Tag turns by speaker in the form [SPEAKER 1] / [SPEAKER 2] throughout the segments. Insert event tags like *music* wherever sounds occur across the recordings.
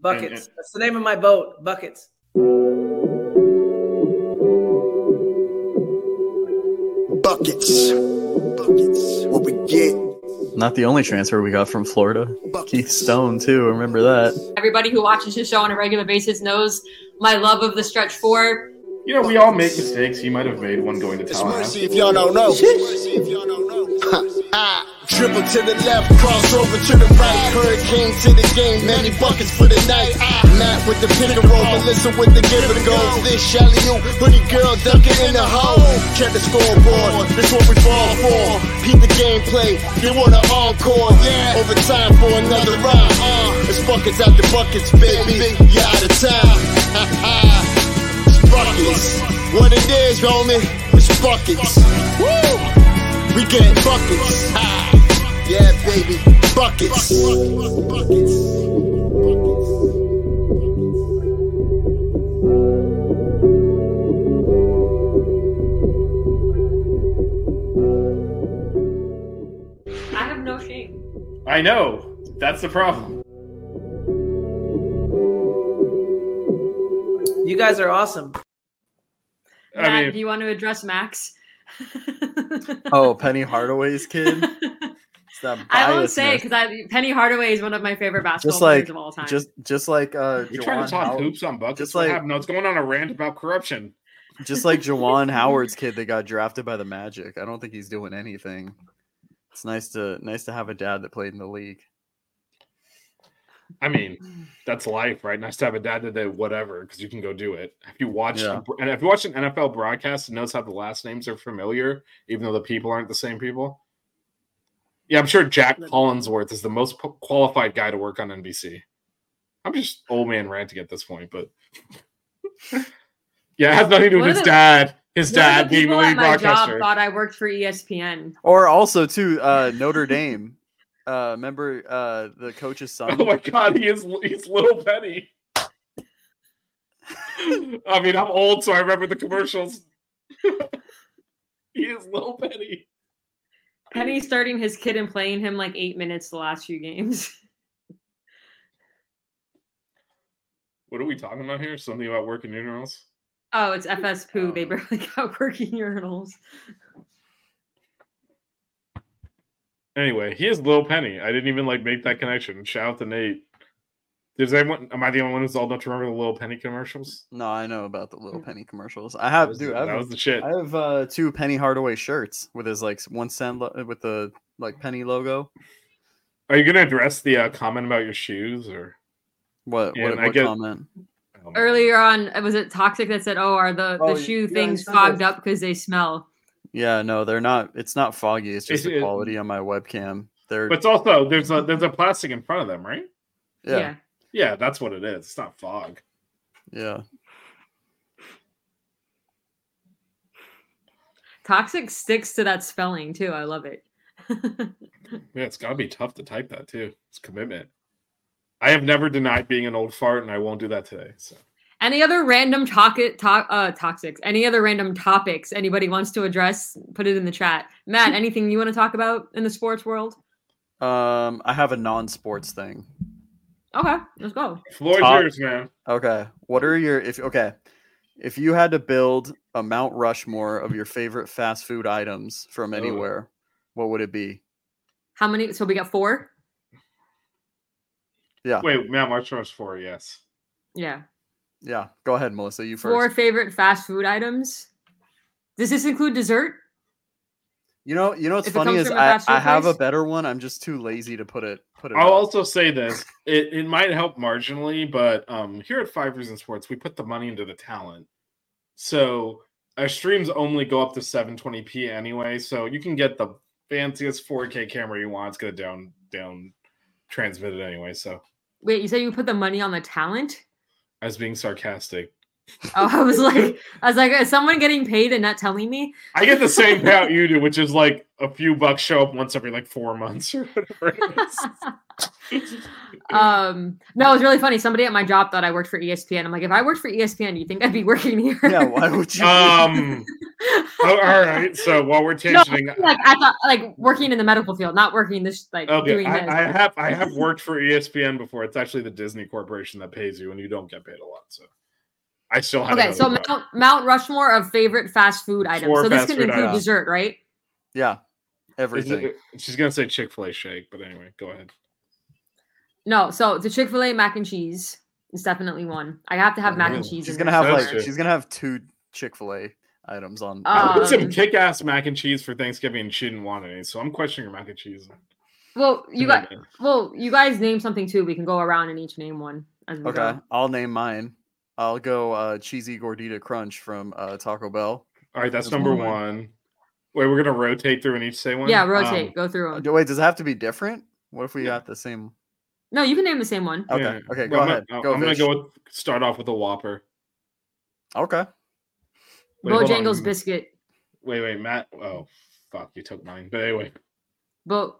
[SPEAKER 1] Buckets.
[SPEAKER 2] Mhm.
[SPEAKER 1] That's the name of my boat. Buckets.
[SPEAKER 3] Buckets. Buckets. What we get.
[SPEAKER 2] Not the only transfer we got from Florida. Keith Stone too. Remember that?
[SPEAKER 4] Everybody who watches his show on a regular basis knows my love of the stretch four.
[SPEAKER 2] You know, we all make mistakes. He might have made one going to
[SPEAKER 3] It's
[SPEAKER 2] Tallahassee.
[SPEAKER 3] mercy if y'all don't know. Mercy if y'all don't know. Huh. Ah, Dribble to the left, crossover to the right, hurricane to the game, many buckets for the night. Ah, Matt with the pick and roll, Melissa with the give and go. This Shelly, you pretty girl ducking in the hole. Check the scoreboard, this what we fall for. Keep the gameplay, they want an encore. Yeah, overtime for another round. Uh, it's buckets out the buckets, baby. You out of town. Ha ha. It's buckets. What it is, homie, it's buckets. Woo! We get buckets. Ah, yeah, baby, buckets.
[SPEAKER 4] I have no shame.
[SPEAKER 2] I know. That's the problem.
[SPEAKER 1] You guys are awesome.
[SPEAKER 2] I
[SPEAKER 4] Matt,
[SPEAKER 2] mean-
[SPEAKER 4] do you want to address Max?
[SPEAKER 2] *laughs*
[SPEAKER 4] *laughs*
[SPEAKER 2] Oh, Penny Hardaway's kid. It's that
[SPEAKER 4] I won't
[SPEAKER 2] biasness.
[SPEAKER 4] say because I Penny Hardaway is one of my favorite basketball
[SPEAKER 2] just like
[SPEAKER 4] players of all time.
[SPEAKER 2] just just like uh
[SPEAKER 5] You're trying
[SPEAKER 2] Jawan
[SPEAKER 5] to talk
[SPEAKER 2] Howard-
[SPEAKER 5] hoops on buckets.
[SPEAKER 2] just
[SPEAKER 5] what
[SPEAKER 2] like-
[SPEAKER 5] happened? No, it's going on a rant about corruption.
[SPEAKER 2] just like
[SPEAKER 5] *laughs*
[SPEAKER 2] Jawan Howard's kid that got drafted by the Magic. I don't think he's doing anything. It's nice to nice to have a dad that played in the league.
[SPEAKER 5] I mean, that's life, right? Nice to have a dad that did whatever because you can go do it. If you watch
[SPEAKER 2] Yeah.
[SPEAKER 5] and if you watch an NFL broadcast and notice how the last names are familiar, even though the people aren't the same people. Yeah, I'm sure Jack Collinsworth is the most po- qualified guy to work on NBC. I'm just old man ranting at this point, but *laughs* yeah, it has nothing to do with
[SPEAKER 4] One of
[SPEAKER 5] his
[SPEAKER 4] the-
[SPEAKER 5] dad. His
[SPEAKER 4] One of the
[SPEAKER 5] dad being the
[SPEAKER 4] people
[SPEAKER 5] lead
[SPEAKER 4] at my job
[SPEAKER 5] broadcaster.
[SPEAKER 4] thought I worked for E ESPN.
[SPEAKER 2] Or also too uh Notre
[SPEAKER 5] *laughs*
[SPEAKER 2] Dame. Uh remember uh the coach's son?
[SPEAKER 5] Oh my god, he is he's little Penny. I mean, I'm old, so I remember the commercials. *laughs* he is little Penny.
[SPEAKER 4] Penny starting his kid and playing him like eight minutes the last few games. *laughs*
[SPEAKER 5] What are we talking about here? Something about working numerals?
[SPEAKER 4] Oh, it's FS poo. They barely *laughs* got working urinals.
[SPEAKER 5] Anyway, he is little Penny. I didn't even like make that connection. Shout out to Nate. Does anyone? Am I the only one who's old enough to remember the little Penny commercials?
[SPEAKER 2] No, I know about the little
[SPEAKER 4] Mm.
[SPEAKER 2] penny commercials. I
[SPEAKER 5] That
[SPEAKER 2] have Uh,
[SPEAKER 5] was,
[SPEAKER 2] dude,
[SPEAKER 5] the-
[SPEAKER 2] I have,
[SPEAKER 5] that was the shit. *laughs*
[SPEAKER 2] I have uh two Penny Hardaway shirts with his like one cent lo- with the like penny logo.
[SPEAKER 5] Are you gonna address the uh, comment about your shoes or
[SPEAKER 2] What
[SPEAKER 5] Yeah,
[SPEAKER 2] what,
[SPEAKER 5] and I
[SPEAKER 2] what
[SPEAKER 5] get-
[SPEAKER 2] comment?
[SPEAKER 4] earlier on uh, was it toxic that said oh are the,
[SPEAKER 2] Oh,
[SPEAKER 4] the shoe
[SPEAKER 2] yeah,
[SPEAKER 4] things
[SPEAKER 2] it's not
[SPEAKER 4] fogged up because they smell
[SPEAKER 2] Yeah, no, they're not it's not foggy, it's just
[SPEAKER 5] It-
[SPEAKER 2] the
[SPEAKER 5] it-
[SPEAKER 2] quality on my webcam. They're
[SPEAKER 5] But it's also there's a there's a plastic in front of them, right?
[SPEAKER 4] yeah,
[SPEAKER 2] yeah,
[SPEAKER 5] Yeah, that's what it is. It's not fog.
[SPEAKER 2] yeah.
[SPEAKER 4] toxic sticks to that spelling too i love it
[SPEAKER 5] Yeah, it's gotta be tough to type that too. It's commitment. I have never denied being an old fart, and I won't do that today. So
[SPEAKER 4] any other random toxic to- uh, toxics any other random topics anybody wants to address put it in the chat
[SPEAKER 2] *laughs*
[SPEAKER 4] matt anything you want to talk about in the sports world
[SPEAKER 2] Um, I have a non-sports thing.
[SPEAKER 4] okay let's go
[SPEAKER 5] floor's
[SPEAKER 2] Top-
[SPEAKER 5] yours, man.
[SPEAKER 2] Okay, what are your if okay, if you had to build a Mount Rushmore of your favorite fast food items from
[SPEAKER 5] Ooh.
[SPEAKER 2] anywhere, what would it be?
[SPEAKER 4] how many so we got four
[SPEAKER 5] Wait, Matt Marchmont's four. Yes,
[SPEAKER 4] yeah
[SPEAKER 2] Yeah, go ahead, Melissa. You first.
[SPEAKER 4] four favorite fast food items does this include dessert
[SPEAKER 2] You know, you know what's
[SPEAKER 4] If it
[SPEAKER 2] funny
[SPEAKER 4] comes
[SPEAKER 2] is
[SPEAKER 4] from a
[SPEAKER 2] I,
[SPEAKER 4] fast food
[SPEAKER 2] I have a
[SPEAKER 4] place?
[SPEAKER 2] better one. I'm just too lazy to put it put it.
[SPEAKER 5] I'll
[SPEAKER 2] up.
[SPEAKER 5] also say this. It, it might help marginally, but um, here at Five Reasons Sports, we put the money into the talent. So our streams only go up to 720p anyway. So you can get the fanciest 4K camera you want. It's gonna down down transmit it anyway. So
[SPEAKER 2] *laughs*
[SPEAKER 4] wait you said you put the money on the talent
[SPEAKER 5] I was being sarcastic.
[SPEAKER 4] Oh, I was like, I was like, is someone getting paid and not telling me?
[SPEAKER 5] I get the same payout you do, which is like a few bucks show up once every like four months or whatever. It is.
[SPEAKER 4] um, no, it was really funny. Somebody at my job thought I worked for E ESPN. I'm like, if I worked for E ESPN, do you think I'd be working here?
[SPEAKER 2] Yeah, why would you?
[SPEAKER 5] um. oh, all right. So while we're
[SPEAKER 4] No,
[SPEAKER 5] tangenting,
[SPEAKER 4] like I thought, like working in the medical field, not working this, like
[SPEAKER 5] okay,
[SPEAKER 4] doing this.
[SPEAKER 5] I, I have I have worked for E ESPN before. It's actually the Disney Corporation that pays you, and you don't get paid a lot. So I still have.
[SPEAKER 4] okay, so
[SPEAKER 5] another job.
[SPEAKER 4] Mount, Mount Rushmore of favorite fast food items.
[SPEAKER 5] Four
[SPEAKER 4] so this
[SPEAKER 5] fast
[SPEAKER 4] can
[SPEAKER 5] food
[SPEAKER 4] include
[SPEAKER 5] items.
[SPEAKER 4] dessert, right?
[SPEAKER 2] yeah,
[SPEAKER 5] Is
[SPEAKER 2] everything.
[SPEAKER 5] it- she's gonna say Chick Fil A shake, but anyway, go ahead.
[SPEAKER 4] No, so the Chick Fil A mac and cheese is definitely one. I have to have
[SPEAKER 5] Oh,
[SPEAKER 4] mac and
[SPEAKER 5] really?
[SPEAKER 4] cheese.
[SPEAKER 2] She's
[SPEAKER 4] in
[SPEAKER 2] gonna
[SPEAKER 4] there
[SPEAKER 2] have
[SPEAKER 5] That's
[SPEAKER 2] like
[SPEAKER 4] somewhere.
[SPEAKER 5] true.
[SPEAKER 2] she's gonna have two Chick Fil A items on.
[SPEAKER 5] I put some
[SPEAKER 4] Um,
[SPEAKER 5] kick ass mac and cheese for Thanksgiving, and she didn't want any, so I'm questioning her mac and cheese.
[SPEAKER 4] Well, you got.
[SPEAKER 5] commitment.
[SPEAKER 4] Well, you guys name something too. We can go around and each name one. As we
[SPEAKER 2] okay,
[SPEAKER 4] Go.
[SPEAKER 2] I'll name mine. I'll go uh, cheesy gordita crunch from uh, Taco Bell.
[SPEAKER 5] All right, that's
[SPEAKER 2] That's
[SPEAKER 5] number
[SPEAKER 2] one of
[SPEAKER 5] one. Wait, we're gonna rotate through and each say one.
[SPEAKER 4] Yeah,
[SPEAKER 5] Um,
[SPEAKER 4] rotate. go through
[SPEAKER 2] Uh,
[SPEAKER 4] them.
[SPEAKER 2] do- Wait, does it have to be different? What if we
[SPEAKER 5] Yeah.
[SPEAKER 2] got the same?
[SPEAKER 4] No, you can name the same one.
[SPEAKER 2] Okay,
[SPEAKER 5] yeah.
[SPEAKER 2] okay,
[SPEAKER 5] Well,
[SPEAKER 2] go
[SPEAKER 5] I'm
[SPEAKER 2] ahead.
[SPEAKER 5] Gonna,
[SPEAKER 2] go
[SPEAKER 5] I'm gonna
[SPEAKER 2] Vish.
[SPEAKER 5] go with start off with a Whopper.
[SPEAKER 2] Okay,
[SPEAKER 5] Wait, hold
[SPEAKER 4] Bojangles
[SPEAKER 5] on.
[SPEAKER 4] biscuit.
[SPEAKER 5] Wait, wait, Matt. Oh, fuck, you took mine. But anyway, *laughs*
[SPEAKER 2] *laughs*
[SPEAKER 4] Bo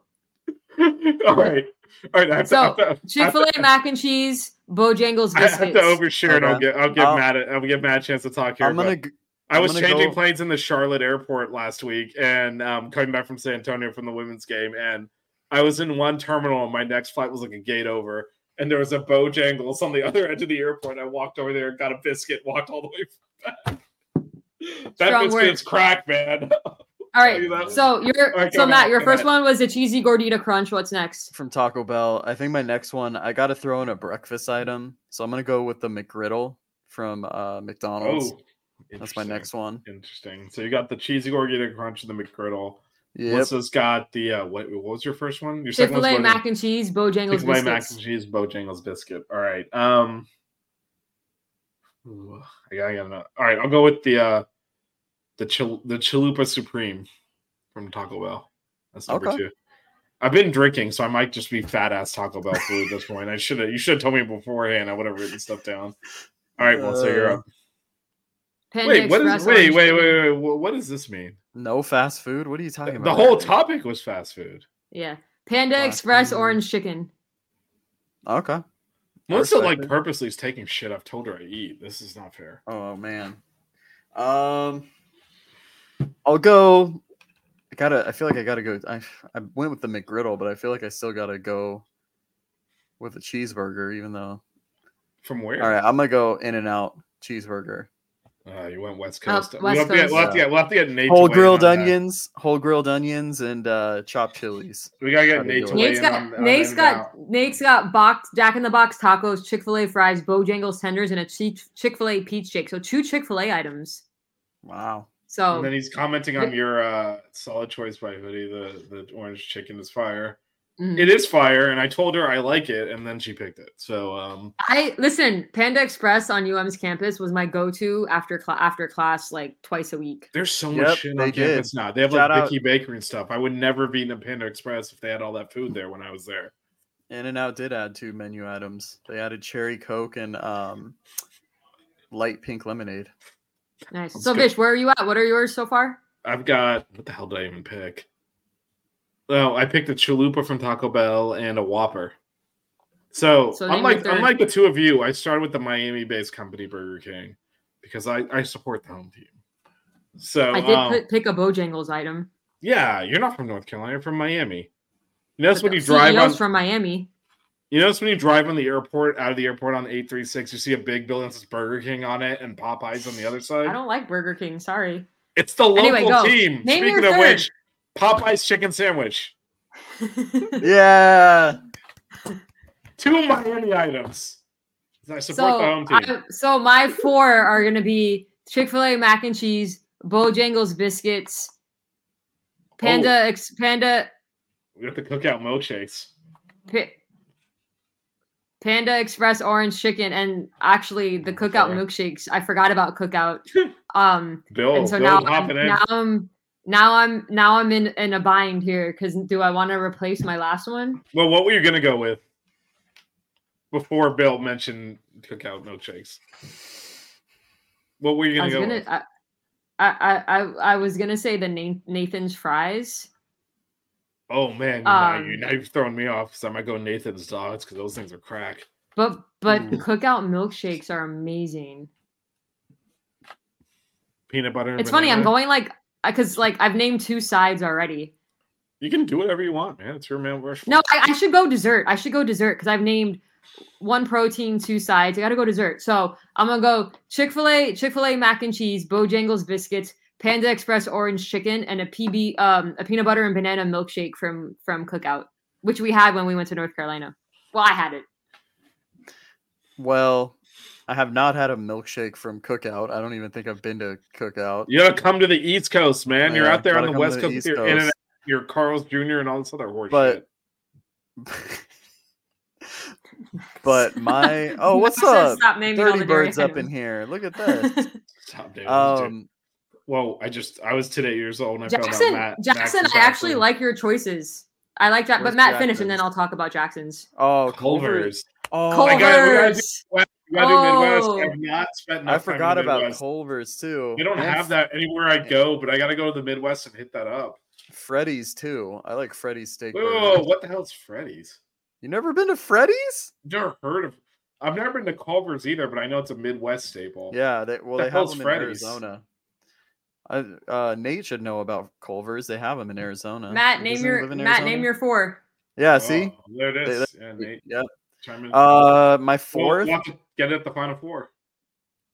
[SPEAKER 5] all right, all right. I have to, I have to- I have to-
[SPEAKER 4] Chick Fil A mac and cheese. Bojangles
[SPEAKER 5] I have
[SPEAKER 4] biscuits.
[SPEAKER 5] to overshare, and I'll
[SPEAKER 2] Okay.
[SPEAKER 5] get I'll give
[SPEAKER 2] I'll-
[SPEAKER 5] Matt a, I'll give Matt a chance to talk here.
[SPEAKER 2] I'm
[SPEAKER 5] but-
[SPEAKER 2] gonna. g-
[SPEAKER 5] I
[SPEAKER 2] I'm
[SPEAKER 5] was
[SPEAKER 2] gonna
[SPEAKER 5] changing
[SPEAKER 2] go-
[SPEAKER 5] planes in the Charlotte airport last week and um, coming back from San Antonio from the women's game. And I was in one terminal and my next flight was like a gate over. And there was a Bojangles on the *laughs* other end of the airport. I walked over there, got a biscuit, walked all the way back. That
[SPEAKER 4] Strong
[SPEAKER 5] biscuit's
[SPEAKER 4] words.
[SPEAKER 5] crack, man. *laughs*
[SPEAKER 4] All
[SPEAKER 5] do that
[SPEAKER 4] right.
[SPEAKER 5] one.
[SPEAKER 4] So your
[SPEAKER 5] All right,
[SPEAKER 4] so
[SPEAKER 5] go
[SPEAKER 4] Matt,
[SPEAKER 5] ahead,
[SPEAKER 4] your
[SPEAKER 5] go
[SPEAKER 4] first
[SPEAKER 5] ahead.
[SPEAKER 4] one was a cheesy gordita crunch. What's next?
[SPEAKER 2] from Taco Bell. I think my next one, I got to throw in a breakfast item. So I'm going to go with the McGriddle from uh, McDonald's.
[SPEAKER 5] Oh,
[SPEAKER 2] That's my
[SPEAKER 5] interesting,
[SPEAKER 2] next one.
[SPEAKER 5] Interesting. So you got the cheesy gorgita crunch and the McGriddle.
[SPEAKER 2] Yep.
[SPEAKER 5] Melissa's got the uh, what, what was your first one? Your
[SPEAKER 4] Chick
[SPEAKER 5] second
[SPEAKER 4] Fil
[SPEAKER 5] one's
[SPEAKER 4] A
[SPEAKER 5] what?
[SPEAKER 4] mac and cheese. Bojangles
[SPEAKER 5] Chick-fil-A mac
[SPEAKER 4] biscuits.
[SPEAKER 5] and cheese, Bojangles biscuit. All right. Um, ooh, I gotta get another. All right, I'll go with the uh, the chil- the Chalupa Supreme from Taco Bell. That's number
[SPEAKER 2] Okay.
[SPEAKER 5] two. I've been drinking, so I might just be fat ass Taco Bell food at
[SPEAKER 2] *laughs*
[SPEAKER 5] this point. I should have you should have told me beforehand. I would have written stuff down. All right, well, so you're
[SPEAKER 2] Uh,
[SPEAKER 5] up.
[SPEAKER 4] Panda
[SPEAKER 5] Wait, what
[SPEAKER 4] Express
[SPEAKER 5] is wait,
[SPEAKER 4] orange
[SPEAKER 5] wait, wait,
[SPEAKER 4] chicken.
[SPEAKER 5] wait, wait, wha- What does this mean?
[SPEAKER 2] No fast food. What are you talking
[SPEAKER 5] The
[SPEAKER 2] about?
[SPEAKER 5] whole topic was fast food.
[SPEAKER 4] Yeah. Panda
[SPEAKER 2] Wow,
[SPEAKER 4] Express
[SPEAKER 2] mm.
[SPEAKER 4] orange chicken.
[SPEAKER 2] Okay. I
[SPEAKER 5] Melissa
[SPEAKER 2] respect
[SPEAKER 5] like
[SPEAKER 2] it.
[SPEAKER 5] purposely is taking shit I've told her I eat. This is not fair.
[SPEAKER 2] Oh, man. Um, I'll go. I gotta. I feel like I gotta go. I I went with the McGriddle, but I feel like I still gotta go with a cheeseburger. Even though,
[SPEAKER 5] From where?
[SPEAKER 2] all right, I'm gonna go in and out cheeseburger.
[SPEAKER 5] Uh, you went West
[SPEAKER 4] Uh,
[SPEAKER 5] Coast.
[SPEAKER 4] West
[SPEAKER 5] we'll, have to get, we'll, have to
[SPEAKER 2] Coast.
[SPEAKER 5] get, we'll have to get Nate. to
[SPEAKER 2] whole
[SPEAKER 5] weigh in
[SPEAKER 2] grilled
[SPEAKER 5] on that.
[SPEAKER 2] onions, whole grilled onions, and uh, chopped chilies.
[SPEAKER 5] We gotta
[SPEAKER 2] How
[SPEAKER 5] get
[SPEAKER 2] do you
[SPEAKER 5] Nate to
[SPEAKER 2] do it?
[SPEAKER 5] weigh
[SPEAKER 4] Nate's
[SPEAKER 5] in.
[SPEAKER 4] got
[SPEAKER 5] on- on
[SPEAKER 4] Nate's
[SPEAKER 5] In-N-Out.
[SPEAKER 4] got Nate's got box Jack in the Box tacos, Chick Fil A fries, Bojangles tenders, and a Chick Fil A peach shake. So two Chick Fil A items.
[SPEAKER 2] Wow.
[SPEAKER 4] So
[SPEAKER 5] And then he's commenting on your uh, solid choice by hoodie. The the orange chicken is fire.
[SPEAKER 4] mhm.
[SPEAKER 5] It is fire, and I told her I like it, and then she picked it. So um,
[SPEAKER 4] I listen. Panda Express on UM's campus was my go-to after cla after class, like twice a week.
[SPEAKER 5] there's so
[SPEAKER 2] Yep,
[SPEAKER 5] much shit
[SPEAKER 2] they
[SPEAKER 5] on
[SPEAKER 2] did.
[SPEAKER 5] campus now. They have
[SPEAKER 2] Shout
[SPEAKER 5] like
[SPEAKER 2] out.
[SPEAKER 5] Vicky Bakery and stuff. I would never have eaten a Panda Express if they had all that food there when I was there.
[SPEAKER 2] In and Out did add two menu items. They added cherry coke and um, light pink lemonade. *laughs*
[SPEAKER 4] Nice.
[SPEAKER 5] Sounds
[SPEAKER 4] So,
[SPEAKER 5] good.
[SPEAKER 4] Vish, where are you at? What are yours so far?
[SPEAKER 5] I've got what the hell did I even pick? Oh, I picked a chalupa from Taco Bell and a Whopper. So,
[SPEAKER 4] So name your
[SPEAKER 5] unlike
[SPEAKER 4] third.
[SPEAKER 5] unlike the two of you, I started with the Miami-based company Burger King because I I support the home team. So
[SPEAKER 4] I did
[SPEAKER 5] um,
[SPEAKER 4] put, pick a Bojangles item.
[SPEAKER 5] yeah, you're not from North Carolina, you're from Miami. You notice
[SPEAKER 4] but the
[SPEAKER 5] when you drive
[SPEAKER 4] CEO's
[SPEAKER 5] on
[SPEAKER 4] from Miami.
[SPEAKER 5] you notice when you drive on the airport out of the airport on 836, you see a big building that says Burger King on it and Popeyes on the other side.
[SPEAKER 4] I don't like Burger King. Sorry. *laughs*
[SPEAKER 5] It's the local
[SPEAKER 4] Anyway, go.
[SPEAKER 5] team.
[SPEAKER 4] Name your
[SPEAKER 5] Speaking of
[SPEAKER 4] third.
[SPEAKER 5] which, Popeyes chicken sandwich.
[SPEAKER 2] Yeah.
[SPEAKER 5] two Miami items. I support
[SPEAKER 4] so,
[SPEAKER 5] the home team.
[SPEAKER 4] I- so my four are gonna be Chick Fil A mac and cheese, Bojangles biscuits,
[SPEAKER 5] Oh.
[SPEAKER 4] Panda ex, Panda
[SPEAKER 5] we have to cook out milkshakes.
[SPEAKER 4] Pa- Panda Express orange chicken, and actually the cookout
[SPEAKER 5] Oh, Okay.
[SPEAKER 4] milkshakes. I forgot about
[SPEAKER 5] *laughs*
[SPEAKER 4] cookout. Um,
[SPEAKER 5] Bill,
[SPEAKER 4] and so
[SPEAKER 5] Bill
[SPEAKER 4] now I'm,
[SPEAKER 5] Oh, hopping in.
[SPEAKER 4] now I'm now I'm now I'm in in a bind here because do I want to replace my last one?
[SPEAKER 5] well, what were you gonna go with before Bill mentioned cacao milkshakes. What were you
[SPEAKER 4] I
[SPEAKER 5] gonna
[SPEAKER 4] was
[SPEAKER 5] go
[SPEAKER 4] gonna.
[SPEAKER 5] with?
[SPEAKER 4] I, I, I, I- I was gonna say the Na- Nathan's fries.
[SPEAKER 5] Oh man, now, you,
[SPEAKER 4] um,
[SPEAKER 5] now you've thrown me off. So I might go Nathan's dogs because those things are crack.
[SPEAKER 4] But but
[SPEAKER 2] Mm.
[SPEAKER 4] cookout milkshakes are amazing.
[SPEAKER 5] Peanut butter. and
[SPEAKER 4] It's funny. I'm
[SPEAKER 5] banana.
[SPEAKER 4] going like because like I've named two sides already.
[SPEAKER 5] You can do whatever you want, man. It's your man worship.
[SPEAKER 4] No, I, I should go dessert. I should go dessert because I've named one protein, two sides. I got to go dessert. So I'm gonna go Chick Fil A, Chick Fil A mac and cheese, Bojangles biscuits, Panda Express orange chicken, and a PB, um, a peanut butter and banana milkshake from from Cookout, which we had when we went to North Carolina. Well, I had it.
[SPEAKER 2] Well, I have not had a milkshake from Cookout. I don't even think I've been to Cookout.
[SPEAKER 5] You gotta come to the East Coast, man. You're
[SPEAKER 2] Yeah,
[SPEAKER 5] out there on
[SPEAKER 2] gotta
[SPEAKER 5] the
[SPEAKER 2] come to
[SPEAKER 5] West
[SPEAKER 2] the East
[SPEAKER 5] Coast. with your In and
[SPEAKER 2] Coast.
[SPEAKER 5] your Carl's Jr. and all this other horse
[SPEAKER 2] But-
[SPEAKER 5] shit.
[SPEAKER 2] *laughs* But
[SPEAKER 4] *laughs*
[SPEAKER 5] *laughs*
[SPEAKER 2] my oh,
[SPEAKER 4] Matt
[SPEAKER 2] what's
[SPEAKER 4] says
[SPEAKER 2] up?
[SPEAKER 4] Stop naming all
[SPEAKER 2] Thirty
[SPEAKER 4] the dairy
[SPEAKER 2] birds up in
[SPEAKER 4] items.
[SPEAKER 2] here. Look at *laughs*
[SPEAKER 5] *laughs*
[SPEAKER 2] this.
[SPEAKER 5] Stop, David.
[SPEAKER 2] um,
[SPEAKER 5] Whoa, I just I was today years old and I
[SPEAKER 4] Jackson,
[SPEAKER 5] found out Matt,
[SPEAKER 4] Jackson,
[SPEAKER 5] Max is
[SPEAKER 4] I actually like your choices. I like Jack, but
[SPEAKER 2] Where's
[SPEAKER 4] Matt, finish and then
[SPEAKER 2] Jackson's?
[SPEAKER 4] I'll talk about Jackson's.
[SPEAKER 2] oh, Culver's.
[SPEAKER 5] Culver's.
[SPEAKER 2] Oh,
[SPEAKER 5] my God, we're gonna do-
[SPEAKER 4] Culver's.
[SPEAKER 5] You gotta do Midwest.
[SPEAKER 4] Oh.
[SPEAKER 5] I've not spent enough
[SPEAKER 2] I
[SPEAKER 5] time in
[SPEAKER 2] forgot
[SPEAKER 5] the
[SPEAKER 2] about
[SPEAKER 5] Midwest.
[SPEAKER 2] Culver's too.
[SPEAKER 5] They don't
[SPEAKER 2] And
[SPEAKER 5] have that anywhere I go, but I gotta go to the Midwest and hit that up.
[SPEAKER 2] Freddy's too. I like Freddy's steak.
[SPEAKER 5] Whoa,
[SPEAKER 2] burgers.
[SPEAKER 5] whoa, whoa, what the hell's Freddy's?
[SPEAKER 2] You never been to Freddy's?
[SPEAKER 5] Never heard of. I've never been to Culver's either, but I know it's a Midwest staple.
[SPEAKER 2] Yeah, they, well,
[SPEAKER 5] the
[SPEAKER 2] they have
[SPEAKER 5] hell's
[SPEAKER 2] them
[SPEAKER 5] Freddy's?
[SPEAKER 2] in Arizona. I, uh, Nate should know about Culver's. They have them in Arizona.
[SPEAKER 4] Matt,
[SPEAKER 2] He
[SPEAKER 4] name
[SPEAKER 2] doesn't
[SPEAKER 4] your
[SPEAKER 2] live in
[SPEAKER 4] Matt,
[SPEAKER 2] Arizona?
[SPEAKER 4] name your four.
[SPEAKER 2] Yeah, see.
[SPEAKER 5] Oh, there it
[SPEAKER 2] They-
[SPEAKER 5] is. Yeah, Nate,
[SPEAKER 2] Yeah.
[SPEAKER 5] chime in.
[SPEAKER 2] Uh, my
[SPEAKER 5] We'll-
[SPEAKER 2] fourth.
[SPEAKER 5] we'll have to get it at the final four.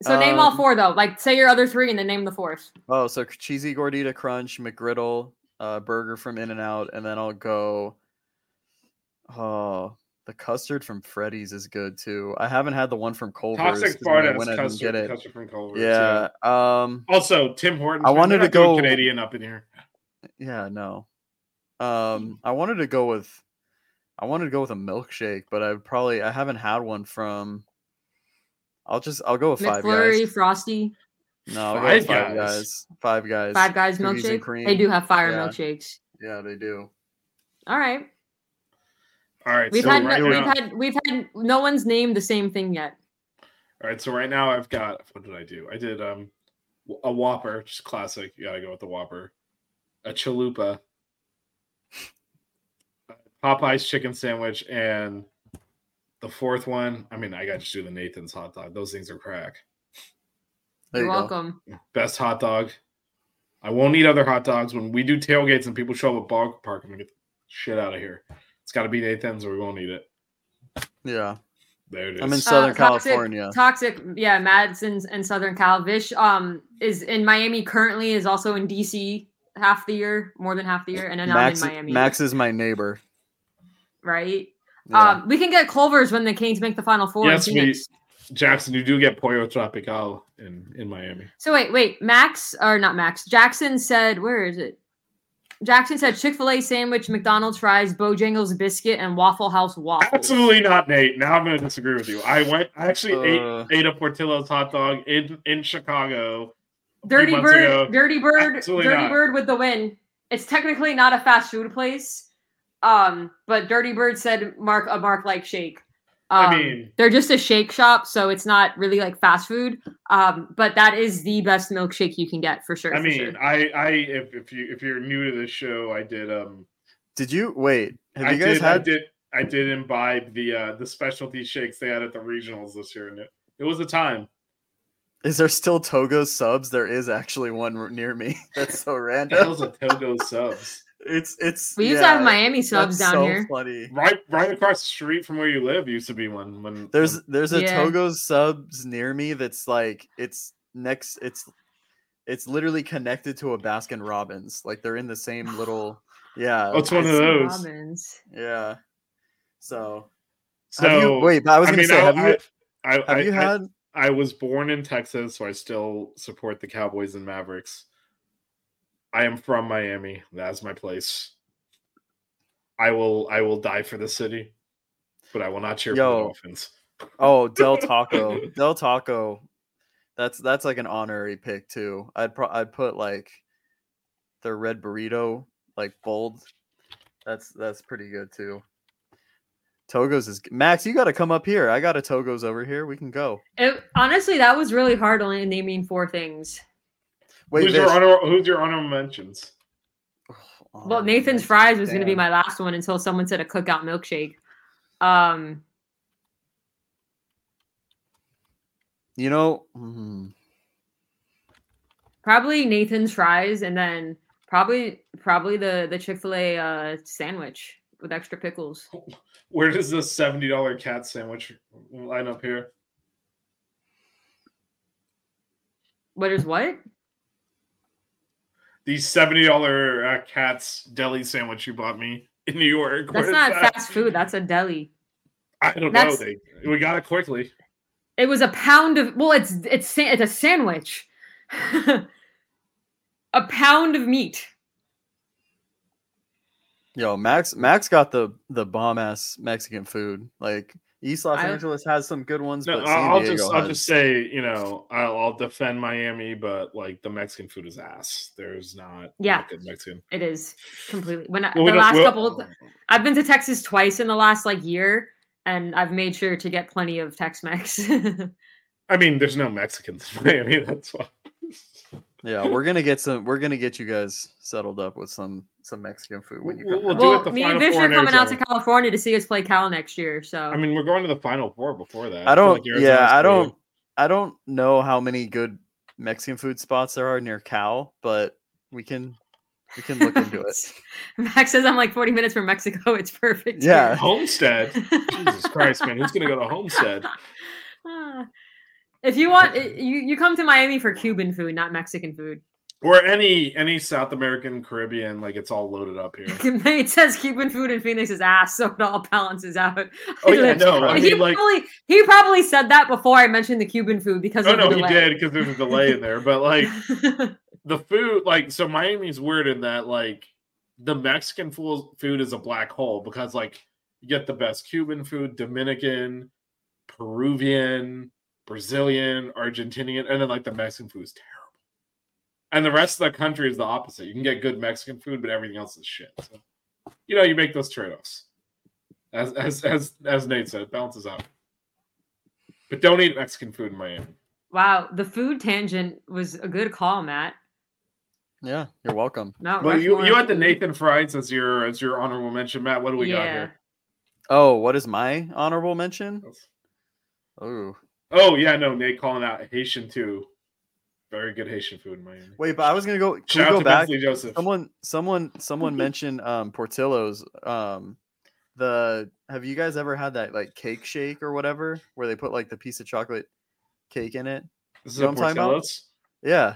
[SPEAKER 4] So name all
[SPEAKER 2] Um,
[SPEAKER 4] four though. Like say your other three and then name the fourth.
[SPEAKER 2] Oh, so c- cheesy gordita crunch, McGriddle, uh, burger from In and Out, and then I'll go. Oh, the custard from Freddy's is good too. I haven't had the one from Culver's.
[SPEAKER 5] Toxic
[SPEAKER 2] 'cause
[SPEAKER 5] fart
[SPEAKER 2] I
[SPEAKER 5] has
[SPEAKER 2] went ahead and
[SPEAKER 5] custard,
[SPEAKER 2] get it.
[SPEAKER 5] custard from Culver's.
[SPEAKER 2] Yeah. Um.
[SPEAKER 5] Also, Tim Hortons.
[SPEAKER 2] I
[SPEAKER 5] man,
[SPEAKER 2] wanted
[SPEAKER 5] they're
[SPEAKER 2] to
[SPEAKER 5] not doing
[SPEAKER 2] go-
[SPEAKER 5] Canadian up in here.
[SPEAKER 2] Yeah. No.
[SPEAKER 5] Mm.
[SPEAKER 2] Um. I wanted to go with. I wanted to go with a milkshake, but I would probably I haven't had one from. I'll just I'll go with five
[SPEAKER 4] McFlurry,
[SPEAKER 2] guys.
[SPEAKER 4] Frosty,
[SPEAKER 2] No, I'll go
[SPEAKER 5] Five
[SPEAKER 2] with five
[SPEAKER 5] Guys.
[SPEAKER 2] guys. Five guys.
[SPEAKER 4] Five Guys
[SPEAKER 2] cookies and
[SPEAKER 4] milkshake. They
[SPEAKER 2] cream.
[SPEAKER 4] do have fire
[SPEAKER 2] Yeah.
[SPEAKER 4] milkshakes.
[SPEAKER 2] Yeah, they do.
[SPEAKER 4] All right.
[SPEAKER 5] All right,
[SPEAKER 4] We've
[SPEAKER 5] so
[SPEAKER 4] had
[SPEAKER 5] right
[SPEAKER 4] no, we've
[SPEAKER 5] now-
[SPEAKER 4] had we've had no one's named the same thing yet.
[SPEAKER 5] All right, so right now I've got what did I do? I did um w- a Whopper, just classic. You gotta go with the Whopper. A chalupa, Popeye's chicken sandwich, and the fourth one. I mean, I gotta just do the Nathan's hot dog. Those things are crack.
[SPEAKER 2] There
[SPEAKER 4] You're
[SPEAKER 2] you go.
[SPEAKER 4] welcome.
[SPEAKER 5] Best hot dog. I won't eat other hot dogs when we do tailgates and people show up at bog park. I'm gonna get the shit out of here. It's gotta be Nathan's or we won't eat it.
[SPEAKER 2] Yeah.
[SPEAKER 5] There it is.
[SPEAKER 2] I'm in Uh, Southern
[SPEAKER 4] toxic-
[SPEAKER 2] California.
[SPEAKER 4] Toxic, yeah, Madison's in Southern Cal. Vish um is in Miami currently, is also in DC half the year, more than half the year, and then
[SPEAKER 2] Max,
[SPEAKER 4] I'm in Miami.
[SPEAKER 2] Max is my neighbor.
[SPEAKER 4] right?
[SPEAKER 2] Yeah.
[SPEAKER 4] Um, we can get Culver's when the Canes make the Final Four. in
[SPEAKER 5] Yes, we-
[SPEAKER 4] Phoenix.
[SPEAKER 5] Jackson, you do get Pollo Tropical in, in Miami.
[SPEAKER 4] So wait, wait, Max or not Max? Jackson said, where is it? Jackson said Chick Fil A sandwich, McDonald's fries, Bojangles biscuit, and Waffle House waffles.
[SPEAKER 5] Absolutely not, Nate. Now I'm going to disagree with you. I went. I actually
[SPEAKER 2] Uh.
[SPEAKER 5] ate ate a Portillo's hot dog in in Chicago.
[SPEAKER 4] Dirty
[SPEAKER 5] months
[SPEAKER 4] Bird,
[SPEAKER 5] ago.
[SPEAKER 4] Dirty Bird,
[SPEAKER 5] Absolutely
[SPEAKER 4] Dirty
[SPEAKER 5] not.
[SPEAKER 4] Bird with the win. It's technically not a fast food place, um, but Dirty Bird said Mark a Mark like shake. Um,
[SPEAKER 5] I mean,
[SPEAKER 4] they're just a shake shop, so it's not really like fast food. Um, but that is the best milkshake you can get for sure.
[SPEAKER 5] I
[SPEAKER 4] for
[SPEAKER 5] mean,
[SPEAKER 4] sure.
[SPEAKER 5] I I if, if you if you're new to this show, I did um.
[SPEAKER 2] Did you wait? Have
[SPEAKER 5] I
[SPEAKER 2] you guys
[SPEAKER 5] did, I
[SPEAKER 2] had?
[SPEAKER 5] did. I did imbibe the uh the specialty shakes they had at the regionals this year, and it, it was
[SPEAKER 2] *laughs*
[SPEAKER 5] a time.
[SPEAKER 2] Is there still Togo subs? There is actually one r- near me. *laughs* That's so
[SPEAKER 5] That
[SPEAKER 2] random.
[SPEAKER 5] was a Togo subs.
[SPEAKER 2] It's it's.
[SPEAKER 4] we used to
[SPEAKER 2] yeah,
[SPEAKER 4] have Miami subs
[SPEAKER 2] that's
[SPEAKER 4] down
[SPEAKER 2] so
[SPEAKER 4] here.
[SPEAKER 2] Funny.
[SPEAKER 5] Right, right across the street from where you live used to be one. When
[SPEAKER 2] There's there's a
[SPEAKER 4] Yeah.
[SPEAKER 2] Togo subs near me that's like it's next. It's it's literally connected to a Baskin Robbins. Like they're in the same little. Yeah.
[SPEAKER 5] Oh, it's one of
[SPEAKER 4] Baskin
[SPEAKER 5] those.
[SPEAKER 4] Robbins.
[SPEAKER 2] Yeah. So.
[SPEAKER 5] so
[SPEAKER 2] have you, wait, but I was
[SPEAKER 5] I
[SPEAKER 2] gonna
[SPEAKER 5] mean,
[SPEAKER 2] say,
[SPEAKER 5] I,
[SPEAKER 2] have you
[SPEAKER 5] I, I,
[SPEAKER 2] have
[SPEAKER 5] I,
[SPEAKER 2] you
[SPEAKER 5] I-
[SPEAKER 2] had?
[SPEAKER 5] I was born in Texas, so I still support the Cowboys and Mavericks. I am from Miami. That's my place. I will I will die for the city, but I will not cheer for
[SPEAKER 2] Yo.
[SPEAKER 5] the Dolphins.
[SPEAKER 2] Oh, Del
[SPEAKER 5] *laughs*
[SPEAKER 2] Taco. Del Taco. That's that's like an honorary pick too. I'd pro- I'd put like their red burrito like bold. That's that's pretty good too. Togo's is Max. You got to come up here. I got a Togo's over here. We can go.
[SPEAKER 4] It, honestly, that was really hard only naming four things.
[SPEAKER 2] Wait,
[SPEAKER 5] who's your
[SPEAKER 2] there's-
[SPEAKER 5] honor? Who's your honorable mentions?
[SPEAKER 4] Well,
[SPEAKER 2] Oh,
[SPEAKER 4] Nathan's
[SPEAKER 2] man.
[SPEAKER 4] fries was going to be
[SPEAKER 2] Damn.
[SPEAKER 4] my last one until someone said a cookout milkshake. Um,
[SPEAKER 2] You know, mm,
[SPEAKER 4] probably Nathan's fries, and then probably probably the the Chick fil A uh, sandwich with extra pickles.
[SPEAKER 5] Where does this seventy dollar cat sandwich line up here?
[SPEAKER 4] What is what?
[SPEAKER 5] The seventy dollar uh, cat's deli sandwich you bought me in New York. where
[SPEAKER 4] That's
[SPEAKER 5] is
[SPEAKER 4] not
[SPEAKER 5] that?
[SPEAKER 4] fast food. That's a deli.
[SPEAKER 5] I don't know.
[SPEAKER 4] that's-
[SPEAKER 5] They, we got it quickly.
[SPEAKER 4] It was a pound of well, it's it's sa- it's a sandwich. *laughs* a pound of meat.
[SPEAKER 2] yo, Max, Max got the the bomb ass Mexican food. Like East Los
[SPEAKER 4] I-
[SPEAKER 2] Angeles has some good ones,
[SPEAKER 5] No,
[SPEAKER 2] but San
[SPEAKER 5] I'll, I'll
[SPEAKER 2] Diego
[SPEAKER 5] just I'll
[SPEAKER 2] has-
[SPEAKER 5] just say you know I'll, I'll defend Miami, but like the Mexican food is ass. There's not
[SPEAKER 4] Yeah.
[SPEAKER 5] not good Mexican.
[SPEAKER 4] It is completely when I,
[SPEAKER 5] Well, we
[SPEAKER 4] the
[SPEAKER 5] don't-
[SPEAKER 4] last
[SPEAKER 5] we'll-
[SPEAKER 4] couple. I've been to Texas twice in the last like year, and I've made sure to get plenty of Tex-Mex. *laughs*
[SPEAKER 5] I mean, there's no Mexicans in *laughs* Miami. That's why.
[SPEAKER 2] Yeah, we're gonna get some. We're gonna get you guys settled up with some some Mexican food when you
[SPEAKER 5] We'll-
[SPEAKER 2] come.
[SPEAKER 5] we'll
[SPEAKER 2] out.
[SPEAKER 5] do it
[SPEAKER 4] well,
[SPEAKER 5] the
[SPEAKER 4] me and
[SPEAKER 5] final
[SPEAKER 4] Vish
[SPEAKER 5] four
[SPEAKER 4] are
[SPEAKER 5] in
[SPEAKER 4] coming out to
[SPEAKER 5] Arizona.
[SPEAKER 4] California to see us play Cal next year. So
[SPEAKER 5] I mean, we're going to the Final Four before that.
[SPEAKER 2] I
[SPEAKER 5] feel
[SPEAKER 2] don't.
[SPEAKER 5] like Arizona's
[SPEAKER 2] yeah, I
[SPEAKER 5] cool.
[SPEAKER 2] don't. I don't know how many good Mexican food spots there are near Cal, but we can we can look into it.
[SPEAKER 4] *laughs* Max says I'm like 40 minutes from Mexico. It's perfect.
[SPEAKER 2] Yeah.
[SPEAKER 4] *laughs* here."
[SPEAKER 5] *laughs* Homestead. Oh, Jesus Christ, man, who's gonna go to Homestead?
[SPEAKER 4] Ah. if you want, i- you you come to Miami for Cuban food, not Mexican food. *laughs*
[SPEAKER 5] Or any any South American Caribbean, like it's all
[SPEAKER 4] *laughs*
[SPEAKER 5] loaded up here.
[SPEAKER 4] it says Cuban food in Phoenix is ass, so it all balances out.
[SPEAKER 5] Oh
[SPEAKER 4] *laughs*
[SPEAKER 5] yeah,
[SPEAKER 2] That's
[SPEAKER 5] no, I
[SPEAKER 2] right.
[SPEAKER 4] he
[SPEAKER 5] mean like
[SPEAKER 4] probably he probably said that before I mentioned the Cuban food because
[SPEAKER 5] oh
[SPEAKER 4] of
[SPEAKER 5] no,
[SPEAKER 4] the
[SPEAKER 5] he
[SPEAKER 4] delay.
[SPEAKER 5] did because there's a delay in there. But like
[SPEAKER 4] like
[SPEAKER 5] the food, like so Miami's weird in that like the Mexican fo- food is a black hole because like you get the best Cuban food, Dominican, Peruvian, Brazilian, Argentinian, and then like the Mexican food is terrible. And the rest of the country is the opposite. You can get good Mexican food, but everything else is shit. So, you know, you make those trade-offs. As as as as Nate said, it balances out. But don't eat Mexican food in Miami.
[SPEAKER 4] *laughs* wow, the food tangent was a good call, Matt.
[SPEAKER 2] *laughs* Yeah, you're welcome.
[SPEAKER 4] Not
[SPEAKER 5] Well, you you had the Nathan Fries as your as your honorable mention, Matt. What do we got
[SPEAKER 4] Yeah.
[SPEAKER 5] here?
[SPEAKER 2] Oh, what is my honorable mention? Oh,
[SPEAKER 5] Oh yeah, no, Nate calling out Haitian too. Very good Haitian food in Miami.
[SPEAKER 2] wait, but I was gonna go. Can
[SPEAKER 5] Shout
[SPEAKER 2] we
[SPEAKER 5] out
[SPEAKER 2] go
[SPEAKER 5] to
[SPEAKER 2] back?
[SPEAKER 5] Bensley Joseph.
[SPEAKER 2] Someone, someone, *laughs* someone mentioned um, Portillo's. Um, the have you guys ever had that like cake shake or whatever where they put like the piece of chocolate cake in it?
[SPEAKER 5] This
[SPEAKER 2] you know what I'm talking about?
[SPEAKER 5] Portillo's.
[SPEAKER 2] Yeah,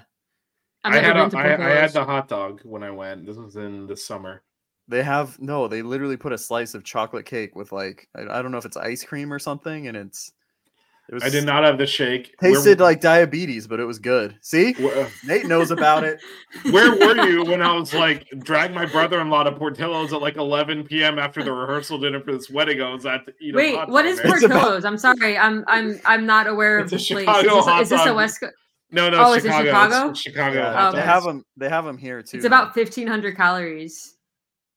[SPEAKER 4] I've
[SPEAKER 5] I
[SPEAKER 4] never
[SPEAKER 5] had
[SPEAKER 4] been
[SPEAKER 5] a,
[SPEAKER 4] to
[SPEAKER 5] I, I had
[SPEAKER 4] Portillo's.
[SPEAKER 5] the hot dog when I went. This was in the summer.
[SPEAKER 2] They have no, they literally put a slice of chocolate cake with like I, I don't know if it's ice cream or something, and it's it was
[SPEAKER 5] I did not have the shake. Where-
[SPEAKER 2] tasted like diabetes, but it was good. See,
[SPEAKER 5] Where, uh,
[SPEAKER 2] Nate knows about
[SPEAKER 5] *laughs*
[SPEAKER 2] it.
[SPEAKER 5] where were you when I was like drag my brother-in-law to Portillo's at like 11 p.m. after the rehearsal dinner for this wedding? I was at to eat. a
[SPEAKER 4] Wait,
[SPEAKER 5] hot
[SPEAKER 4] what
[SPEAKER 5] dog
[SPEAKER 4] is
[SPEAKER 5] there.
[SPEAKER 2] It's about-
[SPEAKER 4] Portillo's? I'm sorry, I'm I'm I'm not aware of
[SPEAKER 5] It's a
[SPEAKER 4] this place.
[SPEAKER 5] Chicago
[SPEAKER 4] is, this,
[SPEAKER 5] hot
[SPEAKER 4] is this a
[SPEAKER 5] dog.
[SPEAKER 4] West? Co-
[SPEAKER 5] No, no,
[SPEAKER 4] Oh, is it
[SPEAKER 5] Chicago.
[SPEAKER 4] Chicago?
[SPEAKER 5] It's Chicago.
[SPEAKER 2] Yeah,
[SPEAKER 5] hot
[SPEAKER 4] okay.
[SPEAKER 2] They
[SPEAKER 5] dogs.
[SPEAKER 2] have them. They have them here too.
[SPEAKER 4] Um, It's about 1,500 calories.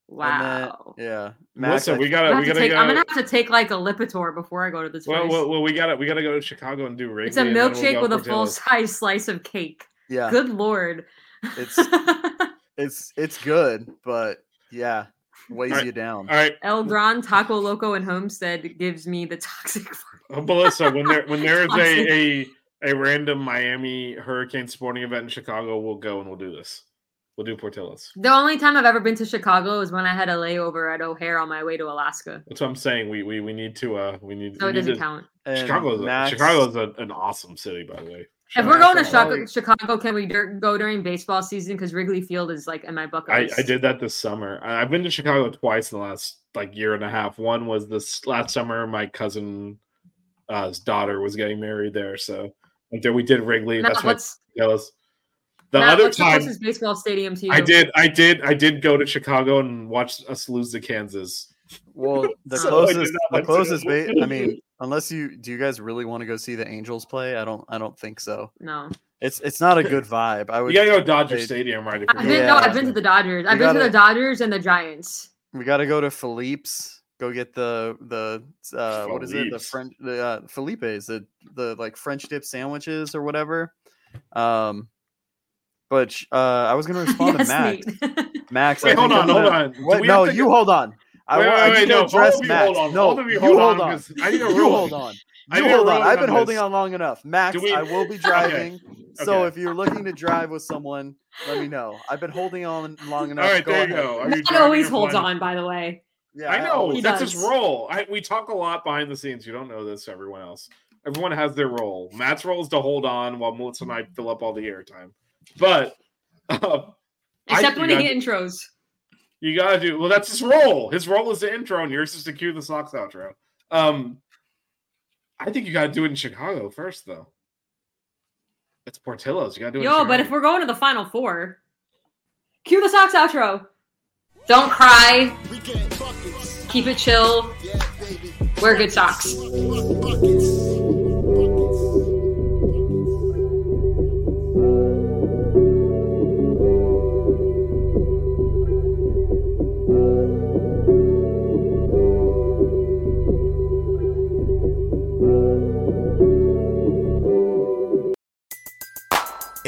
[SPEAKER 4] Wow.
[SPEAKER 2] Wow. Yeah,
[SPEAKER 5] Listen,
[SPEAKER 2] I-
[SPEAKER 5] we
[SPEAKER 4] I'm,
[SPEAKER 5] gotta,
[SPEAKER 4] gonna have to
[SPEAKER 5] we gotta
[SPEAKER 4] take,
[SPEAKER 5] go.
[SPEAKER 4] I'm gonna have to take like a Lipitor before I go to this place.
[SPEAKER 5] Well, well, well, we gotta we gotta go to Chicago and do Wrigley.
[SPEAKER 4] it's a
[SPEAKER 5] and then we'll
[SPEAKER 4] milkshake
[SPEAKER 5] go
[SPEAKER 4] with a full
[SPEAKER 5] Portillo's.
[SPEAKER 4] size slice of cake.
[SPEAKER 2] yeah,
[SPEAKER 4] Good lord.
[SPEAKER 2] It's- it's it's good, but yeah, weighs
[SPEAKER 5] Alright,
[SPEAKER 2] you down.
[SPEAKER 5] All right,
[SPEAKER 4] *laughs* El Gran Taco Loco and Homestead gives me the toxic. *laughs*
[SPEAKER 5] uh, Melissa. When there when there is a, a a random Miami Hurricane sporting event in Chicago, we'll go and we'll do this. We'll do Portillo's.
[SPEAKER 4] The only time I've ever been to Chicago is when I had a layover at O'Hare on my way to Alaska.
[SPEAKER 5] That's what I'm saying. We we, we need to uh we need.
[SPEAKER 4] So
[SPEAKER 5] we
[SPEAKER 4] it
[SPEAKER 5] need
[SPEAKER 4] doesn't
[SPEAKER 5] to-
[SPEAKER 4] count.
[SPEAKER 2] And
[SPEAKER 5] Chicago's a,
[SPEAKER 2] Max-
[SPEAKER 5] Chicago's a, an awesome city, by the way.
[SPEAKER 4] If we're going to
[SPEAKER 2] Chicago.
[SPEAKER 4] Chicago, Chicago can we dur- go during baseball season? Because Wrigley Field is like in my bucket
[SPEAKER 5] I,
[SPEAKER 4] list.
[SPEAKER 5] I did that this summer. I- I've been to Chicago twice in the last like year and a half. One was this last summer. My cousin, uh, his daughter was getting married there, so went there we did Wrigley.
[SPEAKER 4] Matt,
[SPEAKER 5] That's what
[SPEAKER 4] what's,
[SPEAKER 5] Dallas. The
[SPEAKER 4] Matt,
[SPEAKER 5] other
[SPEAKER 4] what's the
[SPEAKER 5] time
[SPEAKER 4] closest baseball stadium to you?
[SPEAKER 5] I did, I did, I did go to Chicago and watch us lose to Kansas. *laughs*
[SPEAKER 2] Well, the
[SPEAKER 5] So I did
[SPEAKER 2] closest,
[SPEAKER 5] not
[SPEAKER 2] the
[SPEAKER 5] like to-
[SPEAKER 2] closest. Ba- I mean, unless you do, you guys really want to go see the Angels play? I don't. I don't think so.
[SPEAKER 5] *laughs*
[SPEAKER 4] No,
[SPEAKER 2] It's it's not a good vibe. I
[SPEAKER 5] You
[SPEAKER 2] would.
[SPEAKER 5] gotta go to Dodger
[SPEAKER 2] they-
[SPEAKER 5] Stadium, right? If
[SPEAKER 4] I've
[SPEAKER 5] you're
[SPEAKER 4] been.
[SPEAKER 5] going
[SPEAKER 4] No,
[SPEAKER 5] to
[SPEAKER 4] I've
[SPEAKER 2] Yeah.
[SPEAKER 4] been to the
[SPEAKER 5] Dodger.
[SPEAKER 4] Dodgers.
[SPEAKER 2] You
[SPEAKER 4] I've been to
[SPEAKER 2] gotta-
[SPEAKER 4] the Dodgers and the Giants.
[SPEAKER 2] We got to go to Philippe's. Go get the the uh, what is it? The
[SPEAKER 5] Philippe's.
[SPEAKER 2] French the uh, Felipe's the the like French dip sandwiches or whatever. Um, but sh- uh, I was gonna
[SPEAKER 4] *laughs*
[SPEAKER 2] respond to Max. Max, I
[SPEAKER 5] Wait, hold
[SPEAKER 2] think
[SPEAKER 5] on,
[SPEAKER 2] I'm
[SPEAKER 5] hold
[SPEAKER 2] gonna-
[SPEAKER 5] on. Do
[SPEAKER 2] What?
[SPEAKER 5] we
[SPEAKER 2] No,
[SPEAKER 5] have to
[SPEAKER 2] you
[SPEAKER 5] get-
[SPEAKER 2] hold on. I,
[SPEAKER 5] Wait,
[SPEAKER 2] wa-
[SPEAKER 5] wait,
[SPEAKER 2] I
[SPEAKER 5] wait,
[SPEAKER 2] need
[SPEAKER 5] no,
[SPEAKER 2] to
[SPEAKER 5] both
[SPEAKER 2] address
[SPEAKER 5] of you
[SPEAKER 2] Max.
[SPEAKER 5] hold on,
[SPEAKER 2] No,
[SPEAKER 5] both of you
[SPEAKER 2] you
[SPEAKER 5] hold
[SPEAKER 2] hold
[SPEAKER 5] on,
[SPEAKER 2] on.
[SPEAKER 5] 'cause I need to
[SPEAKER 2] You
[SPEAKER 5] roll.
[SPEAKER 2] hold on.
[SPEAKER 5] I
[SPEAKER 2] You
[SPEAKER 5] need to
[SPEAKER 2] hold
[SPEAKER 5] roll
[SPEAKER 2] on. I've been
[SPEAKER 5] this.
[SPEAKER 2] holding on long enough. Max,
[SPEAKER 5] Do we-
[SPEAKER 2] I will be
[SPEAKER 5] *laughs* Okay.
[SPEAKER 2] driving. So
[SPEAKER 5] Okay.
[SPEAKER 2] if you're looking to drive with someone, let me know. I've been holding on long enough.
[SPEAKER 5] All right, there you
[SPEAKER 2] ahead.
[SPEAKER 5] go. Are you
[SPEAKER 4] Matt
[SPEAKER 5] driving
[SPEAKER 4] always
[SPEAKER 5] or
[SPEAKER 4] holds
[SPEAKER 5] flying?
[SPEAKER 4] on, by the way.
[SPEAKER 2] Yeah,
[SPEAKER 5] I know
[SPEAKER 4] He
[SPEAKER 5] that's
[SPEAKER 4] does.
[SPEAKER 5] his role. I, we talk a lot behind the scenes. You don't know this, everyone else. Everyone has their role. Matt's role is to hold on while Melissa and I fill up all the airtime. But uh, I-
[SPEAKER 4] Except
[SPEAKER 5] you
[SPEAKER 4] when he
[SPEAKER 5] gotta-
[SPEAKER 4] hit intros.
[SPEAKER 5] you gotta do well. That's his role. His role is the intro, and yours is to cue the socks outro. Um, I think you gotta do it in Chicago first, though. It's Portillo's. You gotta do it. in
[SPEAKER 4] Yo, but
[SPEAKER 5] Chicago.
[SPEAKER 4] if we're going to the final four, cue the Sox outro. Don't cry.
[SPEAKER 3] We get buckets.
[SPEAKER 4] Keep it chill.
[SPEAKER 3] Yeah, baby.
[SPEAKER 4] Wear good socks.